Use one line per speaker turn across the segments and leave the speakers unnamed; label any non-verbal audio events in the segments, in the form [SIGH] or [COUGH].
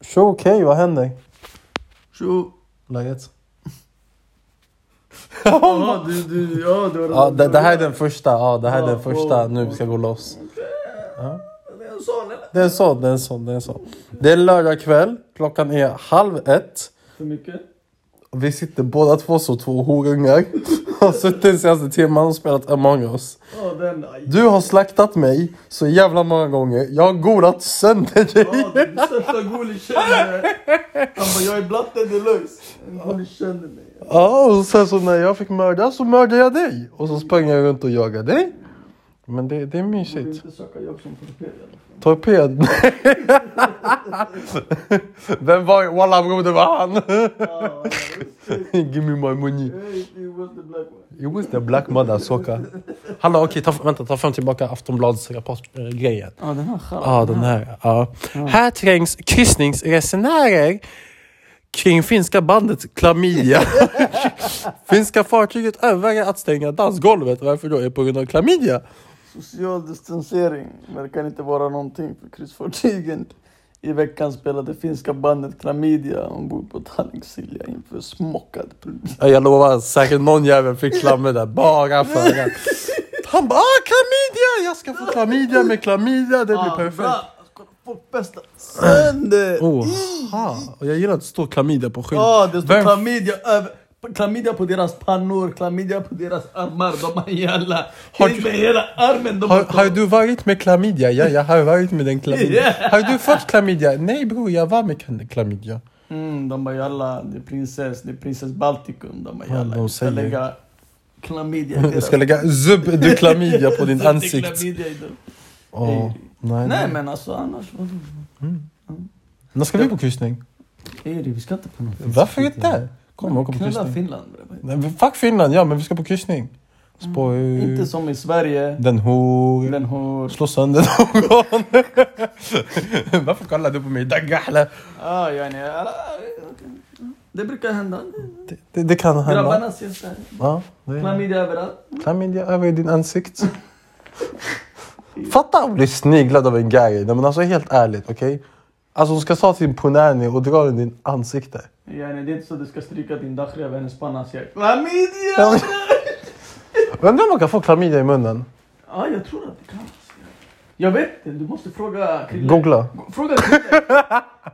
Tjo okej, vad händer?
Tjo!
Läget?
Jaha, du, du, ja, du har
Ja, det, det här är den första, ja, det här är
Ja,
den första
wow.
nu vi ska gå loss. Ja.
Det är en sån eller?
Det är en sån, det är en sån, det är en sån. Det är lördag kväll, klockan är halv ett.
För mycket?
Vi sitter båda två som två horungar. [LAUGHS] Har suttit den senaste timmen och spelat Among us.
Ja, den. Aj.
Du har slaktat mig så jävla många gånger. Jag har golat sönder dig.
Ja, du sätta Guli känner mig. Han bara, jag är blatte deluxe. Guli känner mig.
Ja, och sen så när jag fick mörda så mördade jag dig. Och så sprang jag runt och jagade dig. Men det, det är
Jag vill
mysigt.
inte söka jobb som torped i alla fall.
Torped? Vem var det? Walla bror, det var han!
Ja,
Give me my money.
hey, it was the black one.
It was the black mother soka. Hallå okej, ta, vänta ta fram tillbaka Aftonbladets rapportgrejen.
Ja, den här
Ja, den här. Ja. Här trängs kryssningsresenärer kring finska bandet klamydia. finska fartyget överväger att stänga dansgolvet. Varför då? Är på grund av klamydia.
Social distansering verkar inte vara någonting för kryssfartygen. I veckan spelade finska bandet Klamydia ombord på Tallink Silja inför smockad publik.
Ja, Jag lovar, säkert någon jävel fick klamydia där bara för att... Han bara ah, klamydia! Jag ska få klamydia med klamydia, det
Ah,
blir perfekt.
Folk bästa sönder!
Oh, ha. Och jag gillar att det står klamydia på skylten.
Ja, Ah, det står
Vem-
klamydia över... Klamydia på deras pannor, klamydia på deras armar. De har hela...
Har
Har
du-
med hela armen. De
Har, har du varit med klamydia? Ja, jag har varit med den klamydia.
Ja.
Har du fått klamydia? Nej bror, jag var med kla- klamydia.
Mm, de bara jalla, det är prinsess, det är prinsess Baltikum. De bara
Ja,
jalla,
de
jag ska
säger-
lägga klamydia i
[LAUGHS]
deras...
Jag ska lägga zub du klamydia
[LAUGHS]
på din
Sätter
ansikte.
klamydia i dem.
Åh, nej,
Nej
nej.
men alltså annars, vadå?
När ska vi på kryssning?
Eri, vi ska inte på någon
Varför inte? Kom, vi åker på
Knulla
kryssning.
Finland bre.
Nej, men Fuck Finland, ja men vi ska på kryssning. Spoj.
Mm. Inte som i Sverige.
Den hor.
Den har...
Slå sönder [LAUGHS] någon. Varför kollar du på mig? Daggahle.
Ah, yani, alla- okej. Det brukar hända.
Det, det, det kan
Grabbarna
hända.
ses där.
Ja, det är...
Klamydia överallt.
Klamydia över din ansikte. Fatta att bli sniglad av en gary. Nej men alltså helt ärligt, okej? Alltså hon ska ta sin punani och dra den i din ansikte.
Yani, det är inte så att du ska stryka din dachri över hennes panna och säga Klamydia!
Undrar om man kan få klamydia i munnen?
Ja, jag tror att det kan. alltså. Jag vet inte, du måste fråga Krille.
Googla.
Fråga Krille.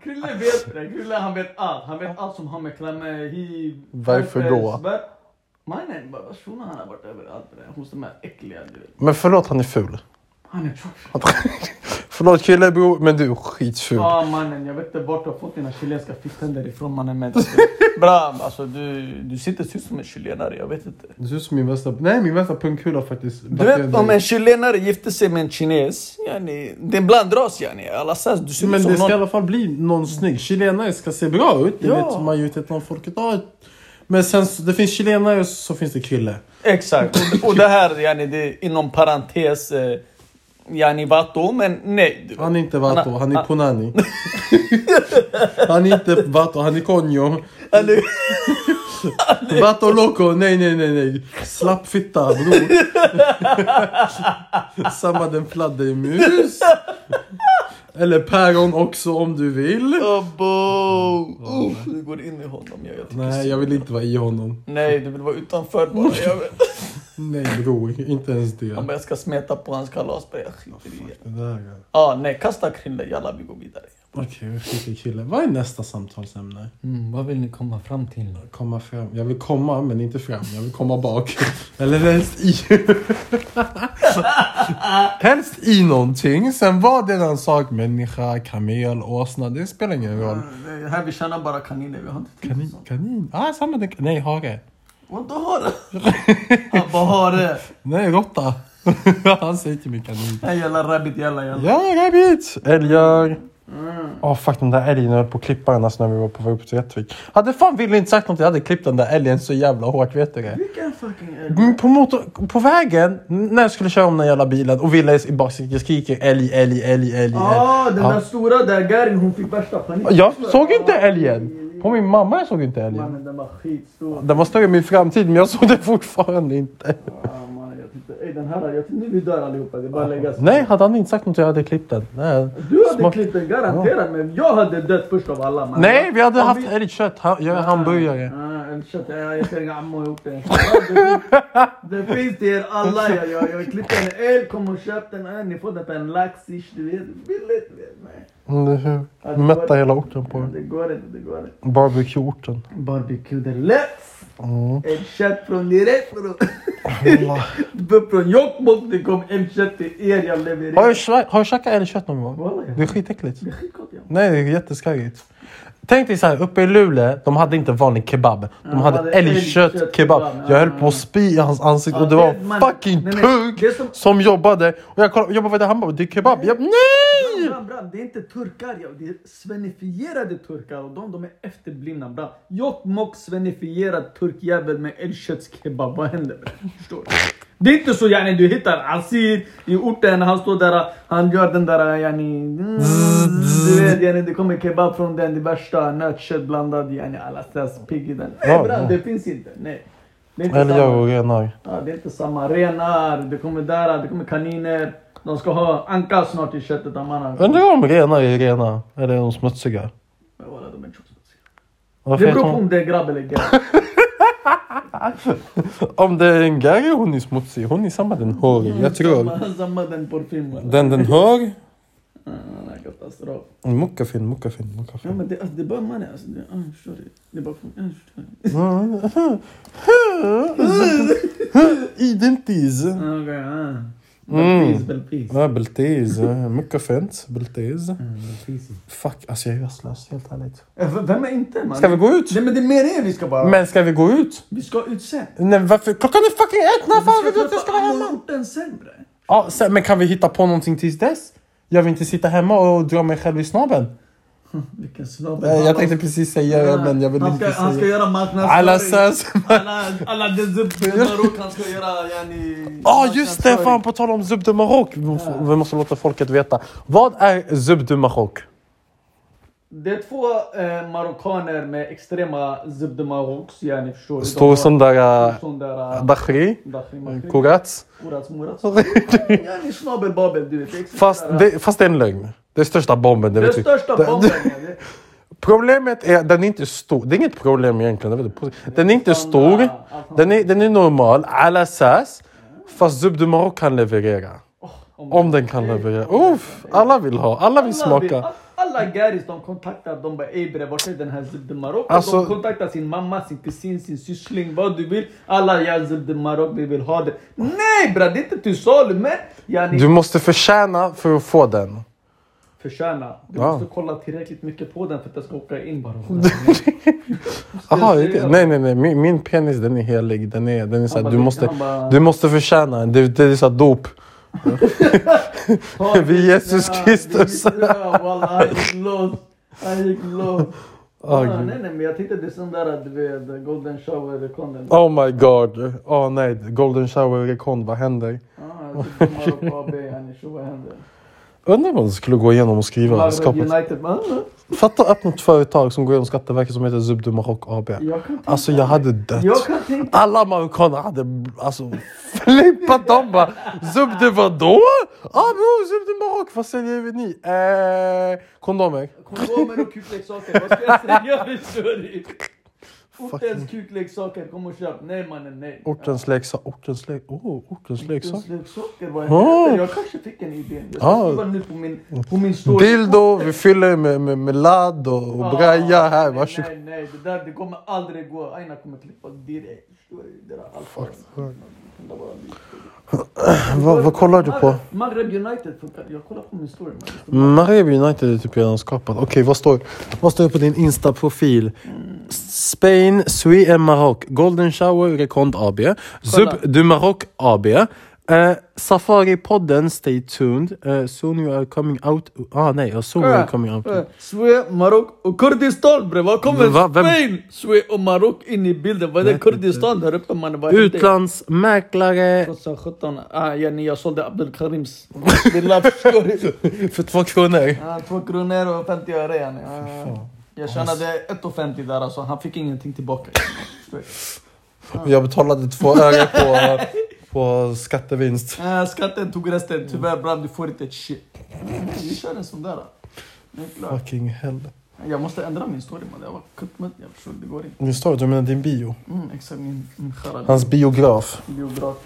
Krille vet det. Krille han vet allt. Han vet allt som har med klammer, hiv...
Varför då?
herpes, ver- Mannen, bara, vad shunon han har varit överallt det där, hos de här äckliga du vet.
Men förlåt, han är ful. [LAUGHS]
Han är tjock.
förlåt kille bror, men du är skitful.
Ja mannen, jag vet inte vart du har fått dina chilenska fittänder ifrån mannen men... alltså, [LAUGHS] Bra, alltså du, du sitter tyst som en chilenare, jag vet inte.
Du ser ut som min värsta... Nej, min värsta punkhula faktiskt.
Du vet om en chilenare gifte sig med en kines, yani, det är en blandras yani. Alla säger du ser ut
Men
som
det ska i
någon...
alla fall bli någon snygg. Chilenare ska se bra ut, det
Ja.
vet majoriteten av folket. Ja. Men sen, så- det finns chilenare så finns det kille.
Exakt, och, och det här yani, det är inom parentes, eh, yani vato, men nej. du vet.
Han är inte Vato,
Han-
han, är Punani.
[LAUGHS]
han är inte Vato, han är Konjo.
Eller- [LAUGHS]
Vato Loco, nej nej nej nej. Slapp fitta bror. [LAUGHS] Samma den fladdermus. Eller päron också om du vill.
Oh, bo. Uff, du går in i honom. Jag, jag tycker
Nej,
så.
jag vill inte vara i honom.
nej, du vill vara utanför bara. Jag, [LAUGHS]
Nej bror, inte ens det.
han bara, jag ska smeta på hans kalas. bara, Jag skiter i det.
Det där är-
Ah, nej, kasta krille. Jalla, vi går vidare.
Okej, vi skiter kille. Vad är nästa samtalsämne?
Mm, vad vill ni komma fram till?
Komma fram. Jag vill komma, men inte fram. Jag vill komma bak. Eller helst i... [LAUGHS] helst i någonting. Sen vad det är en sak. Människa, kamel, åsna. Det spelar ingen roll.
Här vi tjänar bara kaniner. Vi har inte tid
Kanin.
till sånt.
kanin. Ah, samma. Den, nej, hare.
Vadå hare? [LAUGHS] Han bara hare.
Nej, råtta. [LAUGHS] Han säger till mig kanin.
Nej, Jalla rabbit, jalla jalla.
Ja, rabbit! Älgar. Åh fuck den där älgen höll på att klippa den alltså, när vi var på väg upp till Rättvik. Hade fan Wille inte sagt något jag hade klippt den där älgen så jävla hårt, vet du det?
Vilken fucking älg?
Mm, På, motor, på vägen, när jag skulle köra om den jävla bilen och Wille i baksätet skriker älg, älg, älg, älg.
Ah,
älg.
den där stora där Garin, hon fick värsta panik.
Jag såg inte älgen! På min mamma jag såg inte älgen.
Mannen, den var skitstor.
Den var större än min framtid men jag såg den fortfarande inte.
Ah, mannen, jag tyckte, ey, Lägg den här. Jag tror nu vi dör allihopa. Det är bara att lägga sig.
Nej, hade han inte sagt något jag hade klippt den. Nej,
Du hade
Smak-
klippt den garanterat, men jag hade dött först av alla. Man.
Nej, vi hade
Om
haft
vi-
älgkött, kött, ha, jag är hamburgare.
Ah, en kött. Jag jag ser inga amma ihop det. Ja, det finns- Det finns till er alla. Jag, jag, jag klippte en öl, kom och köpte den. här. Ni får den på en lax ish, du vet. Billigt. du vet. Nej.
Mm, hur?
Ja, det
Mätta
går-
hela orten på
Det går inte, det går inte.
barbecue-orten.
Barbecue deluxe!
Mm.
Elkött från direkt [LAUGHS] från...
Alla.
Upp från Jokkmokk, det kom elkött till er, jag levererar.
[LAUGHS] Har du sva- har du käkat älgkött någon gång?
Walla, jag-
Det är skitäckligt.
Det är skitgott ja.
Nej, det är jätteskarrigt. Tänk dig så här, uppe i Luleå, de hade inte vanlig kebab. De
de
hade
hade
älgkött
älgkött
kebab.
kebab.
Jag höll på att spy i hans ansikte
Ja,
och det var
det- man-
fucking
nej, men
turk
det som-
som jobbade. Och jag kollade, jobbade där, han bara det är kebab. Jag bara, nej!
Bram, bram, det är inte turkar, ja. det är svenifierade turkar och de, de är efterblivna. Bram. Jokkmokk svenifierad turkjävel med älgköttskebab, vad händer? bram? Förstår du? Det är inte så yani, du hittar Asir i orten, han står där, han gör den där yani... mm, Du vet yani, det kommer kebab från den, det värsta nötkött blandad yani, alastas pigg i den. Nej
Ja,
bram,
ja.
det finns inte. Nej. Det är inte
Eller
samma.
jag och renar.
Ja, det är inte samma. Renar, det kommer där, det kommer kaniner. De ska ha anka snart i köttet amannen.
Undrar om renar är rena eller är de smutsiga?
Men walla, de är tjocka.
Varför
Det
är
beror på
de-
om det är grabb eller grabb.
Om det är en gärre hon är smutsig, hon är samma den hör. [LAUGHS] Jag tror.
Samma- Samma den porrfilm walla.
Den den hör,
Ah, Katastrof.
muckafin, muckafin,
Ja
muckafin.
men det, alltså, det är bara mannen alltså. Det, ah, förstår du? Det är bara för, ah, förstår du? Mm.
[LAUGHS] Identis.
Ah, Okej, ah.
[LAUGHS] Mm.
Belpis, belpis.
Ja, Beltiz. Mycket fint. Beltiz.
Mm, belpis.
Fuck, alltså jag är rastlös, helt ärligt.
Eh, v- Vem är inte man?
Ska vi gå ut?
Nej men det är mer er vi ska bara.
Men ska vi gå ut?
Vi ska ut sen.
Nej, varför? Klockan är fucking ett! När fan vill du att jag ska vara
alla
hemma?
orten sen bre.
Ja, sen, men kan vi hitta på någonting tills dess? Jag vill inte sitta hemma och dra mig själv i snabben.
Vilken snabb.
Eh, Jag tänkte precis säga det, men jag vill
Ah, han ska,
inte
Han ska
säga.
göra
Alla
marknadsföring.
ses. [LAUGHS]
Alla, alla Dezub Marok, han ska göra yani...
[LAUGHS] Ja, Ah, just det! Fan, på tal om Zubdu Marok. Vi måste- Vi måste låta folket veta. Vad är Zubdu Marok?
Det är två eh, marockaner med extrema Zub de Maroks, yani förstår du?
Står sån där... eh,
Sån där... eh,
Dakhri.
Dakhri
[LAUGHS]
Makri,
Kurats.
Korats Morats. Yani snabel-babel, du vet. det är exakt
Fast
där, eh,
det, fast det är en lögn. Det är största bomben. Det
Den
vet vi.
största
Det-
bomben.
det-
yani.
[LAUGHS] Problemet är att den är inte stor. Det är inget problem egentligen. jag vet inte. Den är inte
Allt
stor.
annat- allt annat.
Den är, den är normal. Alla SAS. Fast Zub du Maroc kan leverera. Om den kan leverera. Uff, alla vill ha. Alla vill smaka.
Alla garis de kontaktar, de bara ey bre vart är den här Zub de Marok?
Alltså-
de kontaktar sin mamma, sin kusin, sin syssling, vad du vill. Alla ja Zub de Marok, vi vill ha det. Nej bre, det är inte till salu men yani
Du måste förtjäna för att få den.
förtjäna. Du
Ja.
måste kolla tillräckligt mycket på den för att den ska åka in bara.
Aha, är det- nej nej nej. Min, min penis den är helig. Den är, den är så här,
Han bara,
du,
det-
måste,
han bara-
du måste förtjäna. Det, det är så här dop.
Ta
Vid Jesus
Kristina,
Kristus.
vid Kristina, wallah, Han gick loss. Han gick loss.
Ah,
Ah,
gud.
nej nej men jag tänkte det är sån där att du vet, golden shower content.
Oh my god. Åh nej, Golden Shower rekond, vad händer?
Ah, Zub de Marok AB, yani så vad händer?
Undrar vad de skulle gå igenom och skriva.
Malmö
Skapa ett...
United, man.
Fatta att öppna ett företag som går igenom Skatteverket som heter Zubdu Marok AB.
Jag kan tänka
Alltså jag hade dött.
Jag kan tänka
Alla marockaner hade alltså flippat. De bara Zubdu vadå? Ah bror Zubdu Marok, vad säljer vi ni? Eh, kondomer.
kondomer och kukleksaker, vad ska jag säga? Förstår du? Ortens kukleksaker, kom och köp. Nej mannen, nej.
Ortens leksak. Ortens lek... Oh, ortens leksak.
Ortens leksaker, vad
Ah.
händer? Jag kanske fick en idé. Jag
Ah.
ska skriva nu på min, på min story. Ah,
Dildo, vi fyller med, med, med ladd och, och braja här.
nej,
Varsågod.
Nej, nej, det där det kommer aldrig gå. Aina kommer klippa direkt. Förstår du? Det där är allt. Det var-
Vad, vad kollar du på?
Maghreb United funkar. Jag kollar på min story. man.
Mariebi United är typ redan skapat. Okej, vad står vad står det på din Insta-profil? Spain, Sweden, Marok, Golden Shower, Recond AB, Zub du Marok AB, eh, Safari-podden, Stay Tuned, eh, Soon You Are Coming Out. Ah nej, ja, Soon You Are Coming
Eh,
Out.
Sve, Marok och Kurdistan bre, var kommer
Va- vem-
Spanien, Sve och Marok in i bilden? Vad är det Kurdistan där uppe mannen? Vad hände?
Utlandsmäklare
2017, ah, yani jag
[LAUGHS]
sålde Abdelkarims lilla förstår du?
för två kronor.
Ah, Två kronor och 50 öre yani. Ah, Jag tjänade 1,50 där
[LAUGHS]
alltså, han fick ingenting tillbaka.
[LAUGHS] Jag betalade två öre på, på skattevinst.
Äh, skatten tog resten, tyvärr bram, du får inte ett shit. Vi kör en sån där. då. Det är klart.
Fucking hell.
Jag måste ändra min story man, jag var kutt med, jag förstår, det går inte.
Nu står det, du menar din bio?
Mm, exakt min, min charad.
Hans biograf.
Biograf.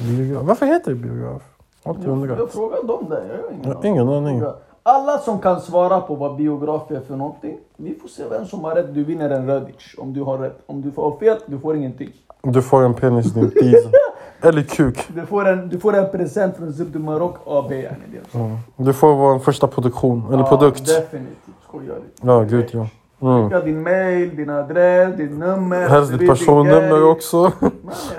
biograf. Varför heter det biograf? Alltid
Jag,
undrat.
jag frågar dem det, jag har ingen
Jag har ingen aning.
Alla som kan svara på vad biograf är för någonting, vi får se vem som har rätt. Du vinner en rödic om du har rätt. Om du får fel, du får ingenting.
Du får en penis i din
[LAUGHS]
bil. Eller kuk.
Du får en, du får en present från Zubdu Marok AB. yani, det är så.
Mm. Du får vår första produktion. Eller
Ja,
produkt.
Definitivt, skojar du?
Ja, gud ja. Mm.
Skicka din mail, din adress, ditt nummer.
Helst ditt
skriv din grej.
personnummer också. [LAUGHS]
Man,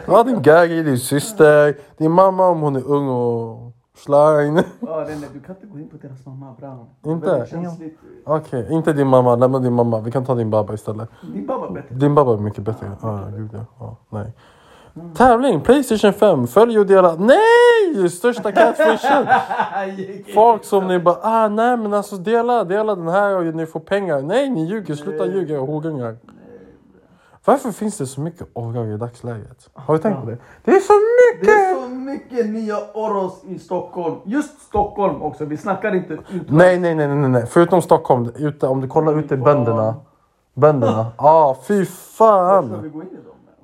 Ja, din gaggy, din syster, din mamma om hon är ung och schlein.
Ja, den där, du kan inte gå in på deras mamma Brown.
Inte?
Väldigt känsligt.
[LAUGHS] Okej, inte din mamma. Lämna din mamma. Vi kan ta din babba istället.
Din mamma [LAUGHS] bättre.
Din babba är mycket bättre. Ja, gud ja. ja. Nej.
Mm.
Tävling! Playstation 5. Följ och dela. Nej! Största catfishen! Folk som ni bara ah, nej men alltså dela, dela den här och ni får pengar. Nej ni ljuger, sluta ljuga och horungar. Varför finns det så mycket orrar i dagsläget? Har du tänkt på det? Det är så
Det
mycket!
är så mycket nya oros i Stockholm. Just Stockholm också, vi snackar inte ut.
Nej, nej, nej, nej, nej, nej. Förutom Stockholm. Ute, om du kollar ute i bönderna. Bönderna. Ja, ah, fy
Ska vi
fan.
gå in i dem?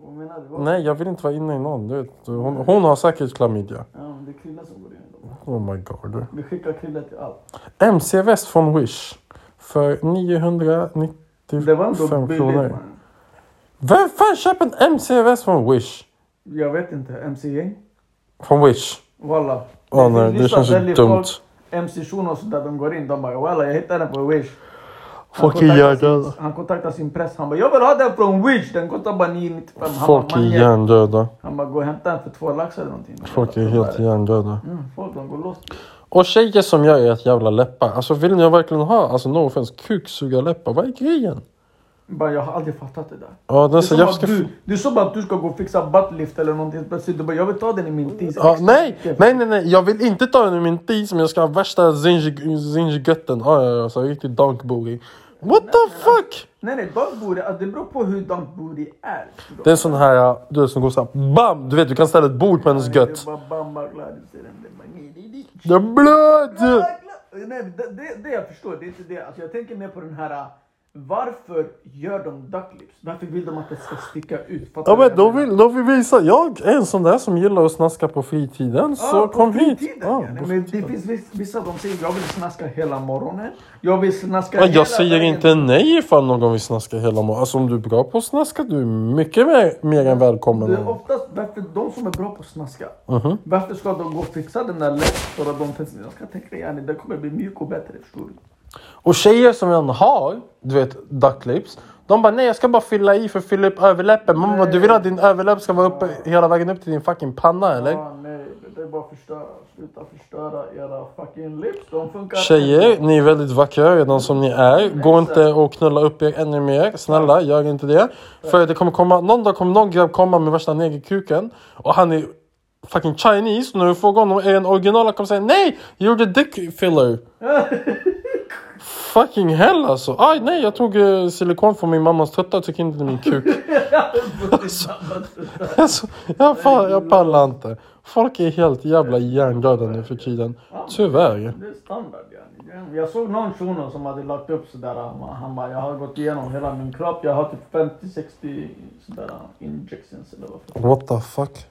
Vad menar du?
Nej, jag vill inte vara inne i någon. Du vet, hon, hon har säkert klamydia.
Ja, men det är Krille som går in i dem.
Oh my god.
Vi skickar Krille till allt.
MC Väst från Wish. För 995
Det var ändå billigt.
kronor.
man.
Vem fan köper en MC Väst från Wish?
Jag vet inte, MC-gäng?
Från Wish?
Walla.
Ja,
finns
nej, det
vissa
känns ju
väldigt
dumt.
folk, MC Shunos där de går in, de bara walla jag hittade den på Wish. Han
Fucking
kontaktar sin-
hjärndöda.
Han kontaktar sin press, han bara jag vill ha den från Wish, den kostar bara 995. Han bara,
Folk är
"Manje."
hjärndöda.
Han bara gå och hämta den för två lax eller någonting.
Folk är helt hjärndöda.
Mm, folk de går loss.
Och tjejer som jag är ett jävla läppar. Alltså vill ni verkligen ha, alltså no offense, kuksugarläppar? Vad är grejen?
Bara, jag har aldrig fattat det där.
Ja, den
Det är,
så Alltså,
som
jag
att
ska...
du, det är som att du ska gå och fixa buttlift eller någonting plötsligt. Du bara, jag vill ta den i min tis.
Ja, nej, nej, nej, nej, jag vill inte ta den ur min tis men jag ska ha värsta zinj- zinjgötten. Ja, ja, ja, så riktigt donk booty. What the fuck?
Nej, nej, dunk booty, alltså, det beror på hur dunk booty är. förstår
Det
du?
är en sån här, du vet, som går såhär BAM! Du vet, du kan ställa ett bord på hennes
Det är
gött.
bara bamba glad, du ser den. Det är bara, nej, nej, nej.
Det blöd!
Alltså, Nej, det, det, det jag förstår, det är inte det. Alltså, jag tänker mer på den här, äh, varför gör de ducklips? Varför vill de att det ska sticka ut? Fattar
Ja men
du vad jag
då
menar?
vill, då vill visa, jag är en sån där som gillar att snaska på fritiden så
Ja, på
kom hit. Ja,
fritiden, ja. Nej,
på
men det
fritiden.
finns viss- vissa som säger jag vill snaska hela morgonen. Jag vill snaska
Ja,
hela
jag säger
dagen."
inte nej ifall någon vill snaska hela morgonen. Alltså om du är bra på att snaska, du är mycket mer, mer än välkommen.
Det är oftast varför de som är bra på att snaska.
Mhm.
Varför ska de gå och fixa den där lätt för att de finns? Jag ska tänka yani, den kommer bli mjuk och bättre. Förstår du?
Och tjejer som redan har, du vet, ducklips. De bara nej jag ska bara fylla i för att fylla upp överläppen. Mamma bara, du vill att din överläpp ska vara uppe hela vägen upp till din fucking panna eller?
Ah, nej, det är bara att förstöra. Sluta förstöra era fucking lips. De funkar.
Tjejer, ni är väldigt vackra redan som ni är. Gå inte och knulla upp er ännu mer. Snälla, gör inte det. För det kommer komma, någon dag kommer någon grabb komma med värsta negerkuken. Och han är fucking Chinese. Och när du frågar honom, är den originala? kommer säga nej! Jag gjorde dick [LAUGHS] filler. fucking hell alltså. Aj nej, jag tog eh, silikon från min mammas tuttar. Tycker inte det är min [LAUGHS] kuk. alltså, jag, fan, jag pallar inte. Folk är helt jävla hjärndöda nu för tiden. Tyvärr.
Det är standard yani. Jag såg någon shuno som hade lagt upp sådär. han bara- Han bara jag har gått igenom hela min kropp. Jag har typ 50-60 sådär injections eller vad för
What the fuck?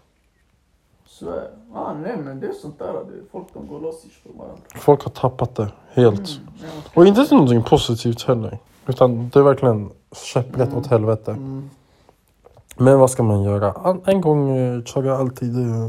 Svär. Ah, nej men det är sånt där. Det är folk de går loss i för varandra.
Folk har tappat det helt.
Mm.
Och inte till någonting positivt heller. Utan det är verkligen käpprätt
Mm.
åt helvete. Men vad ska man göra? An- En gång eh, chaga, alltid eh,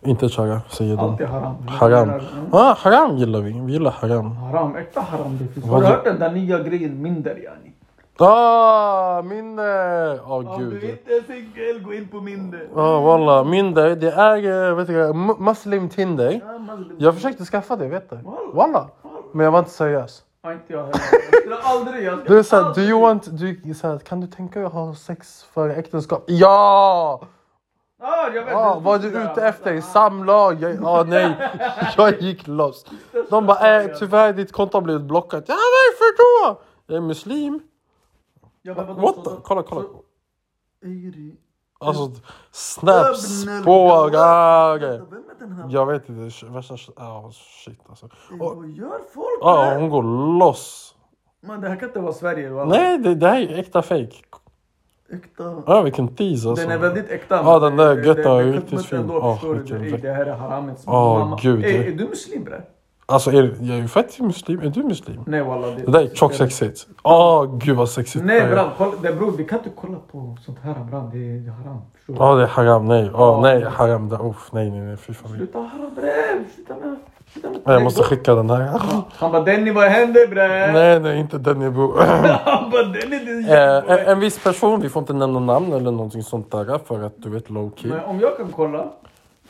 inte chaga, säger de.
Alltid haram.
Haram.
Mm.
Ah, haram gillar vi. Vi gillar haram.
Haram, äkta haram det finns. Har
Vad
du
då?
hört den där nya grejen minder yani?
Ah, minder! Åh oh, gud.
inte är singel, gå in på minder.
Ja, walla. Minder, det är eh, vet du, mu- muslim tinder.
Ja, Mazlum.
Jag försökte skaffa det, vet du.
Walla.
Walla. Men jag var inte seriös.
Ja, inte jag heller. Jag skulle aldrig, jag
Du
skulle
är såhär, do
aldrig.
you want, du, såhär, kan du tänka dig att ha sex före äktenskap? Ja!
Ah, jag vet,
ja
det
vad är
finns
du
där.
ute efter? Samlag? Jag, ja, nej, [LAUGHS] jag gick loss. De bara, eh, tyvärr ditt konto har blivit blockat. Ja, varför då? Jag är muslim.
Jag bara, vadå,
What
så-
the?
så-
Kolla, kolla.
så- Är det-
Alltså, snapsspårare!
Vem är den här?
Jag vet inte, värsta... Ja, shit alltså. Och,
Vad gör folk
ja,
här?
hon går loss.
Man, det här kan inte vara Sverige. Va?
Nej, det, det här är äkta fake.
Äkta.
Ja, vilken tease alltså.
Den är väldigt äkta.
Ja, den där
Det-
götta
det-
är
det-
riktigt
men
fin.
ändå
Ja,
förstår du,
vilken
det-
läck-
Det här är haramets
Ja,
mamma.
gud,
Är,
det-
är du muslim bre?
Alltså, är, jag är ju faktiskt muslim. Är du muslim?
Nej walla. Det,
Det där är tjockt sexigt. Åh, gud vad sexigt
Nej
det är.
bram, kolla, det, bror vi kan inte kolla på sånt här bram. Det är det är haram. Förstår du?
Ja, det är haram. Nej,
Ja.
oh, nej, haram. där. Uff, nej, nej, nej, fy fan.
Sluta haram bre. Sluta med. sluta med-
Nej, Jag måste skicka den här.
Han bara Denny vad händer bre?
Nej, nej, inte den jag
[CLEARS THROAT]
bor.
Han bara Denny det är
Eh, en, en viss person, vi får inte nämna namn eller någonting sånt där för att du vet low key.
Men om jag kan kolla.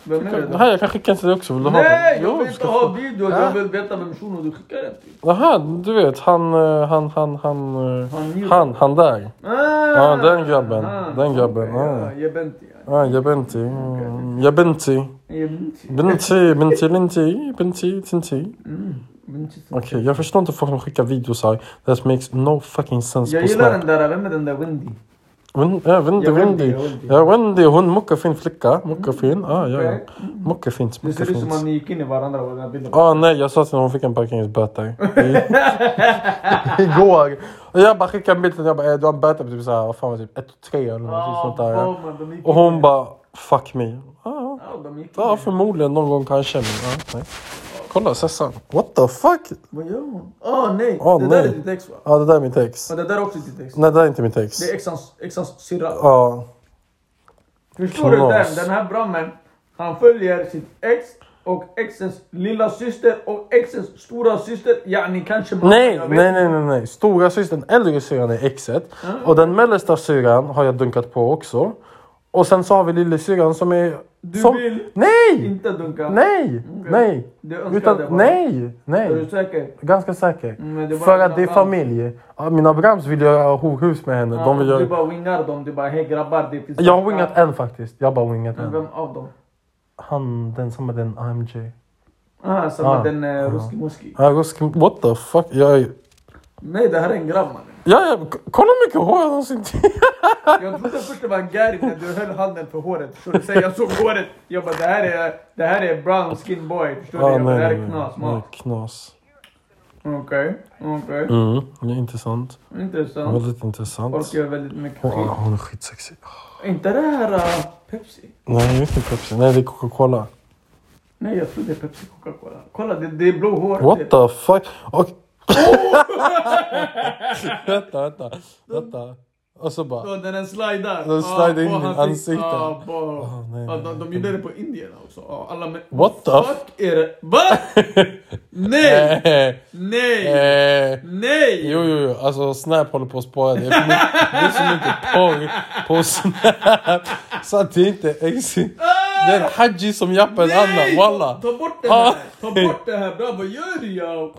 Vem är det då?
Här, jag kan skicka en till dig också. Vill du ha den?
Nej, jag
Jo,
vill
du
inte
ska
ha
få-
video.
Ja.
Jag vill veta vem shunon du skickar den till.
Jaha, du vet han, eh, han, han, han, eh,
Han njuter.
han, han där.
Ah,
Ja, den grabben. Den grabben, ja.
Ja, jag benti.
Ah, jag Benti. Mm, Jag Benti.
Jag benti.
Benti, Benti, Linti, Benti, Tinti.
mm, Benti.
Okej, jag förstår inte folk som skickar videos här. That makes no fucking sense
Jag
på
gillar
Snap.
den där, vem är den där Wendy?
Win- Ja, Wendy,
Ja, Wendy,
Wendy.
ja, Wendy.
Ja, Wendy, hon muckar fin flicka. Muckar fin. Ah, ja, ja. Muckar fint,
Mm. Det
muckar
ser ut som att
fint.
ni gick in i varandra på den här bilden.
Ah, nej, jag sa till henne hon fick en
[LAUGHS]
parkeringsböter. I- Igår. Och jag bara skickade en bild till henne. Jag bara, eh, du har en böter på typ såhär, vad fan var det, typ 1 och 3 eller något sånt där.
Ah, man, de gick
Och
in.
hon bara, fuck me. Ah,
Ja, de gick
Ja,
in.
förmodligen någon gång kanske. Men, ja, nej. Kolla Sessan. What the fuck?
Vad gör hon? Ah nej,
Ah,
det där
nej.
är ditt ex va?
Ja, det där är mitt ex.
Men det där är också ditt ex.
Nej, det där är inte mitt ex.
Det är exans, exans syrra.
Ja,
Förstår du den?
knas.
Den här brammen, han följer sitt ex och exens lilla syster och exens stora syster. Ja, ni kanske...
Nej,
jag vet
nej, nej, nej, nej. Stora systern, äldre syrran är exet. Och den mellersta syrran har jag dunkat på också. Och sen så har vi lillasyrran som är...
Du
som...
vill-
Nej!
Inte dunka.
Nej! Nej!
Du önskar det
Utan,
bara.
nej!
Är du
Nej!
säker?
Ganska säker.
Men det var
För att
mina
det är
Brahms.
familj. Ja, Mina Brahms vill göra horhus med henne. De vill
Du
göra...
bara wingar dem. Du bara hej grabbar det finns...
Jag har wingat en faktiskt. Jag har bara wingat
Men
en.
Vem av dem?
Han, den som är den AMG.
Ah, som
Ah.
den eh, ruski muski.
Ja, vad ska- What the fuck? Jag är...
Nej det här är en grabb mannen.
Ja, ja, k- kolla hur mycket hår jag någonsin
Jag trodde först det var en gäri när du höll handen för håret. Förstår du? Sen jag såg håret. Jag bara det här är, det här är brown skin boy. Förstår du?
Ja,
Jag bara,
nej,
det
Ah,
här
nej,
är knas. man.
nej, knas.
Okej, okej.
Mm, det är intressant.
Intressant.
Väldigt intressant.
Folk gör väldigt mycket
Hon,
skit.
hon är skitsexig.
Inte det här äh, Pepsi?
Nej, det är inte Pepsi. Nej, det är Coca-Cola.
Nej jag tror det är Pepsi Coca-Cola. Kolla det, det är blå hår.
What the fuck? Och... [LAUGHS] vänta, vänta, vänta. Och så bara...
Ja, när den slidar.
Den
Ja,
slidar in
på
i
hans
ansiktet.
Ja, på-
nej,
ja,
nej,
de, de gjorde det på Indien också. Ja, alla med,
What the
fuck är det?
[LAUGHS]
Va? Nej!
Eh,
Nej!
eh,
Nej!
Jo, jo, jo. Alltså Snap håller på att spåra. Det är för mycket- det är så mycket porr på Snap. Så att det är inte exit. Det är en haji som jappar en annan.
Nej!
Walla. Ah.
Ta bort det
Ja.
här! Ta bort det här! Bra, vad gör du jag?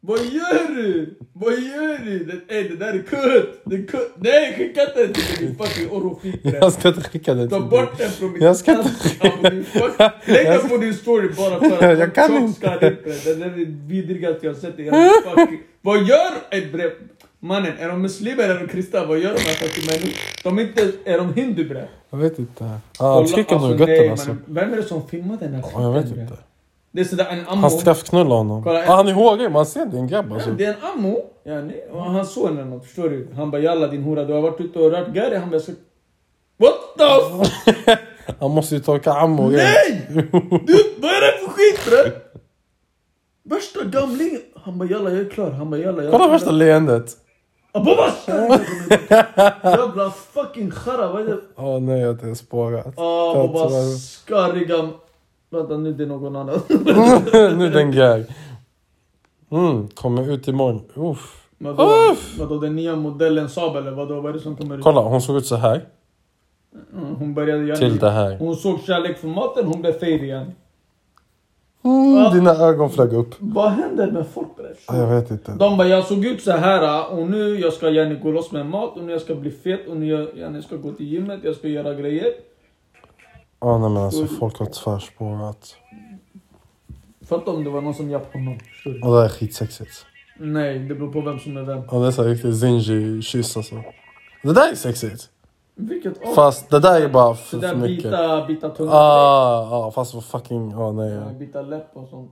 Vad gör du? Vad gör du? Det, ey, det där är kutt! Det är kutt! Nej, skicka inte den till min
[LAUGHS]
fucking orofik!
Jag ska inte skicka det
Ta
till dig.
bort den från min
Jag ska
kast-
inte-
Ja, men din fuck- Lägg den på din story bara för att
Jag kan
Tjock
inte.
ska dit, bre. Det där är det vidrigaste jag har sett i hela mitt fucking... Vad gör ey, bre? Mannen, är de muslimer eller kristna? Vad gör de här fucking människorna? De är inte... Är de hindu bre?
Jag vet inte. Ah, han skriker nog i
nej,
götten alltså.
mannen. Vem är det som filmar den här
Ja, Jag vet
bre?
inte.
Det är sådär en ammo.
Han straffknullar honom.
Kolla,
Ah, han är hårig, man ser det. är en grabb alltså.
Det är en ammo, yani, och hans son eller något, förstår du? Han bara jalla din hora, du har varit ute och rört gäri. Han bara så... What the f...
Han måste ju torka ammo och grejer. [LAUGHS]
Nej! Du, vad är det för skit bre? Värsta gamling! Han bara jalla jag är klar, han bara jalla jag är
Kolla
klar.
värsta leendet.
Abobas! Jävla fucking chara, vad är det?
Åh nej, att det är spårat.
Ah,
Jag tror
Abobas skarriga... Vänta nu det är någon annan. [LAUGHS]
jag- [LAUGHS] nu den gag. Mm, kommer ut imorgon. Uff.
Vadå?
Uff.
Vadå den nya modellen Saab eller vadå? Vad är det som kommer ut?
Kolla, hon såg ut så här.
Mm, Hon började göra
Till det här.
Hon såg kärlek för maten, hon blev fade igen.
Mm, dina ögon flög upp.
Vad händer med folk
Ah, Jag
bror?
vet inte.
De bara jag såg ut så här och nu jag ska gärna gå loss med mat och nu jag ska bli fet och nu jag gärna ska gå till gymmet, jag ska göra grejer.
Ah, nej, men alltså, folk har tvärspårat.
Fatta om det var någon som japp honom. förstår du?
Och det här är skitsexigt.
Nej, det beror på vem som är vem.
Och det är så här riktigt zinji kyss alltså. Det där är sexigt.
Vilket år?
Fast det där är bara för,
det
för
där
mycket. Ja,
bita, bita tunga.
ah, ah, fast vad fucking... Ah, nej.
Ja, Bita läpp och sånt.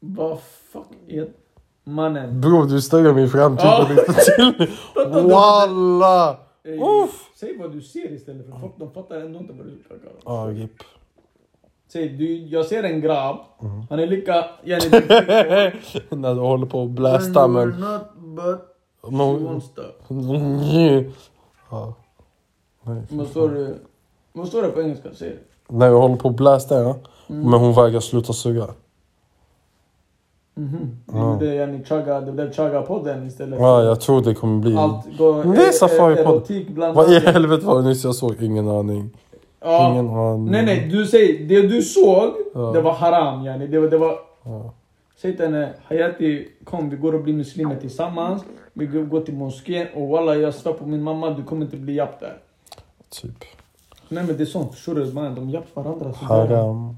Vad fuck är mannen?
Bror, du stör min framtid
Ja.
och lite [LAUGHS] till. Walla!
Ey,
Uff. Ah.
Säg vad du ser istället för folk de fattar ändå inte vad du pratar om.
Ja, Ah, RIP.
Säg du, jag ser en grabb.
Mm.
Han
[LAUGHS]
är lika... Jag är
[LAUGHS]
lika
När du håller på att blästa men...
not but
Någon...
monster.
Ja. Ah. Nej, fy
Vad
fan.
står det? Vad står det på engelska? Säg det.
När jag håller på att blästa ja. Men hon vägrar sluta suga.
Mhm. Det
Ja.
gjorde yani Chaga, det blev Chaga-podden istället.
Ja, jag tror det kommer bli...
Allt går...
Det är Safari-podd.
Erotik bland
Vad i
annat.
helvete var det nyss jag såg? Ingen aning.
Ja.
Ingen aning.
Nej nej, du säger, det du såg,
Ja.
det var haram yani. Det, var- det var...
Ja.
Säg till henne, Hayati kom vi går och blir muslimer tillsammans. Vi går- går till moskén och walla jag svär på min mamma, du kommer inte bli japp där.
Typ.
Nej men det är sånt, förstår du? Man, de japp varandra. så där.
Haram.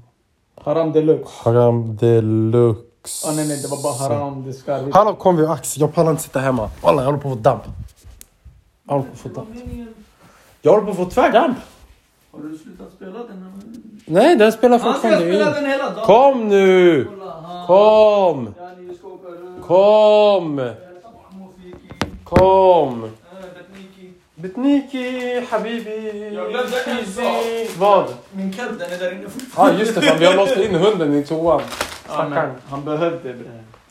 Haram deluxe.
Haram deluxe.
Ah, nej nej, det var bara haram, det ska vi...
Hallå kom vi Ax, jag pallar inte sitta hemma. Walla jag håller på att få damp. Jag håller på att få damp. Jag håller på att få tvärdamp.
Har du slutat spela den?
Nej den spelar fortfarande in.
hela dagen!
Kom nu! Kom!
Yani vi ska åka runt,
Kom!
mofiki,
Kom!
tekniki.
Bitniki habibi.
Jag glömde en
Fizi.
sak.
Vad?
Min kalv den är där inne
Ja ah, just det fan vi har låst in hunden i toan. Stackarn.
Han behövde bre.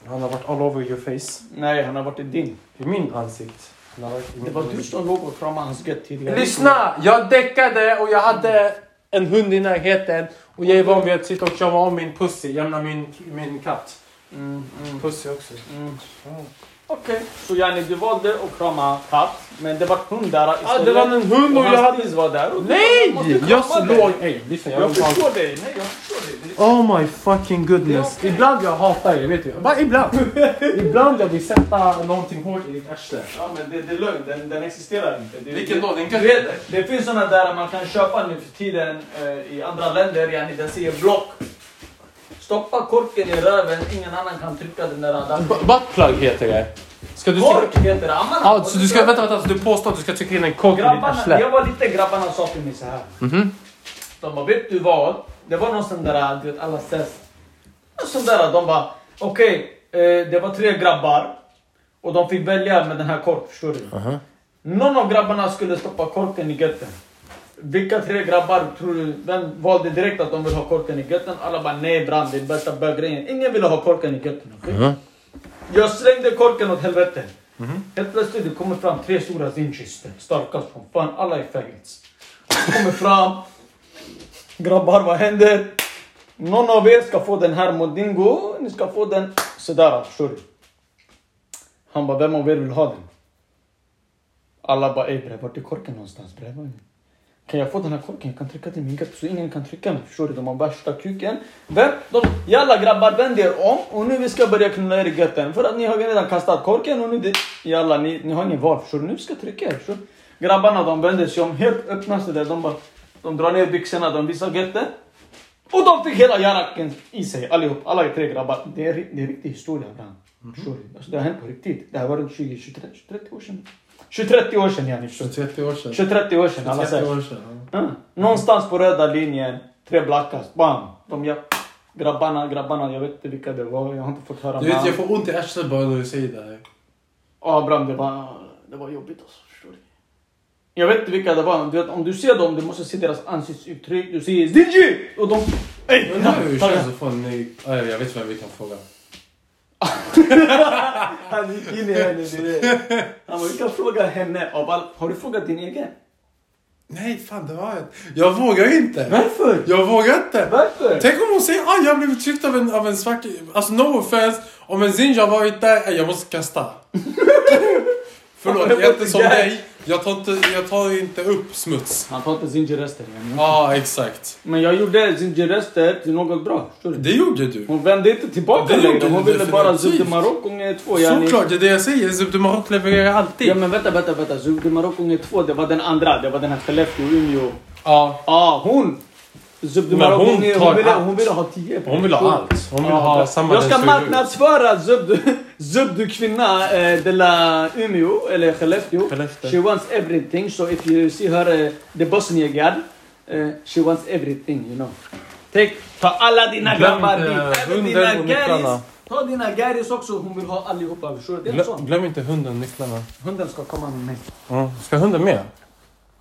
Han har varit all over your face.
Nej, han har varit i din.
I min ansikt. Han har varit i min
Det var du som låg och kramade hans gött tidigare.
Lyssna! Jag däckade och jag hade en hund i närheten. Och jag är van vid att sitta och krama om min pussy. Jämna min, min katt.
Mm, mm,
Pussy också.
mm. Okej, så yani du valde att krama katt, men det var hund där istället.
Ja, det var en hund och
Och
jag
hans
hade...
tis var där. och du bara,
Nej!
måste
Jag
krama
slår...
dig.
Ey, lyssna. Jag
Jag
vill fan...
förstår dig. Nej, jag förstår dig. Det-
Oh my fucking goodness. Ibland jag hatar er, vet du. Bara [LAUGHS] ibland. ibland jag vill sätta någonting hårt i ditt arsle.
Ja, men det, det är lögn. Den, den existerar inte. Det,
Vilken då? Den
Du vet, det finns såna där man kan köpa nu för tiden eh, i andra länder. Yani, den säger block. Stoppa korken i röven, ingen annan kan trycka den där. där.
Buttplug heter det. Ska du...
Kork heter det. Använd den.
Ah, så du ska... Vänta, vänta. Så du påstår att du ska trycka in en kork i ditt Mhm.
Grabbarna,
arsle?
jag var lite grabbarna sa till mig så här. De bara, vet du vad? Det var någon sån där, du vet alla test. Någon sån där, de bara, okej, eh, det var tre grabbar. Och de fick välja med den här korken, förstår du? Någon av grabbarna skulle stoppa korken i götten. Vilka tre grabbar tror du, vem valde direkt att de vill ha korken i götten? Alla bara, nej brand, det är bästa böggrejen. Ingen ville ha korken i götten, okej? Jag slängde korken åt helvete. Helt plötsligt det kommer fram tre stora zinkister, starka som fan, alla är faggots. Kommer fram, grabbar vad händer? Någon av er ska få den här modingo, ni ska få den sådär, förstår du? Han bara, vem av er vill ha den? Alla bara, ey bre, vart är korken någonstans bre? Vad är det? Kan jag få den här korken? Jag kan trycka till min gött så ingen kan trycka mig. Förstår du? De har värsta kuken. Vänd, de, jalla grabbar, vänd er om och nu vi ska börja knulla er i götten. För att ni har ju redan kastat korken och nu det, jalla, ni, ni har ingen val. Förstår du? Nu ska jag trycka er. Förstår du? Grabbarna de vänder sig om, helt öppna sig där. De bara, de drar ner byxorna, de visar götten. Och de fick hela jaraken i sig allihop. Alla tre grabbar. Det är, ri- det är riktig historia bram. Förstår du? Alltså, det har hänt på riktigt. Det här var runt 20, 23, 30 år sedan. 20-30 år sedan yani. förstår du?
30 år sedan.
20-30 år sedan. Alla säger. Mm. Någonstans på röda linjen, tre blackast, bam! De ja, grabbarna, grabbarna, jag vet inte vilka det var, jag har inte fått höra
Du vet,
namn.
jag får ont i arslet bara när du säger det här.
Abraham, det var, det var jobbigt alltså, förstår du? Jag vet inte vilka det var, du vet, om du ser dem, du måste se deras ansiktsuttryck, du säger ZINJI! Och de... Ey!
Undrar hur det känns att få en ny... Ah, jag vet vem vi kan fråga.
Han gick in i henne direkt. Han bara, vi kan fråga henne. Av all... Har du frågat din egen?
Nej, fan det har jag Jag vågar inte.
Varför?
Jag vågar inte.
Varför?
Tänk om hon säger ah, jag blev tryckt av en, av en svart... Alltså no offense. Om en zinja har varit där, eh, jag måste
[LAUGHS]
kasta. Förlåt, jag är inte som dig. Jag tar inte, jag tar inte upp smuts.
Han tar inte zinjirester igen.
Ja, ah, exakt.
Men jag gjorde zinjirester till något bra, förstår du?
Det gjorde du.
Hon vände inte tillbaka
Det gjorde
längre, hon
du
ville bara
definitivt.
Zubde Marocko gånger två. yani.
Såklart, det är det jag säger. Zubde Marocko levererar alltid. Ja.
Ja men vänta, vänta, vänta. Zubde Marocko gånger två, det var den andra. Det var den här Skellefteå, Umeå.
Ah.
Ja, hon! Zubde
Men
Marocko
hon
gånger...
tar
Hon ville,
allt.
hon ville ha tio.
Hon vill ha allt. Hon vill
Ja,
ha
bra.
samma
Jag ska
dressur.
[LAUGHS] marknadsföra Zubde Zub du kvinna eh, de la Umeå, eller Skellefteå.
Skellefteå.
She wants everything. So if you see her, eh, the Bosnian girl, eh, she wants everything, you know. Take, ta alla dina
Glöm
grabbar
inte
dit. Även
hunden
dina
och nycklarna.
garis. Ta dina garis också. Hon vill ha allihopa. Förstår du? Det är en
Glöm,
sån.
glöm inte hunden och nycklarna.
Hunden ska komma med mig.
Ja. Ska hunden med?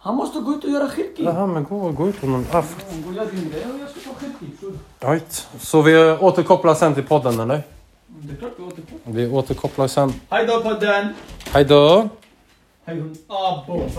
Han måste gå ut och göra skirki.
Jaha, men gå, gå ut på någon aft.
Hon går och gör din grej och jag ska ta skirki. förstår du?
Right. Så vi återkopplar sen till podden eller?
Det är klart vi återkommer.
Vi återkopplar sen.
Hej då podden!
Hej då!
Hej hund. Abo.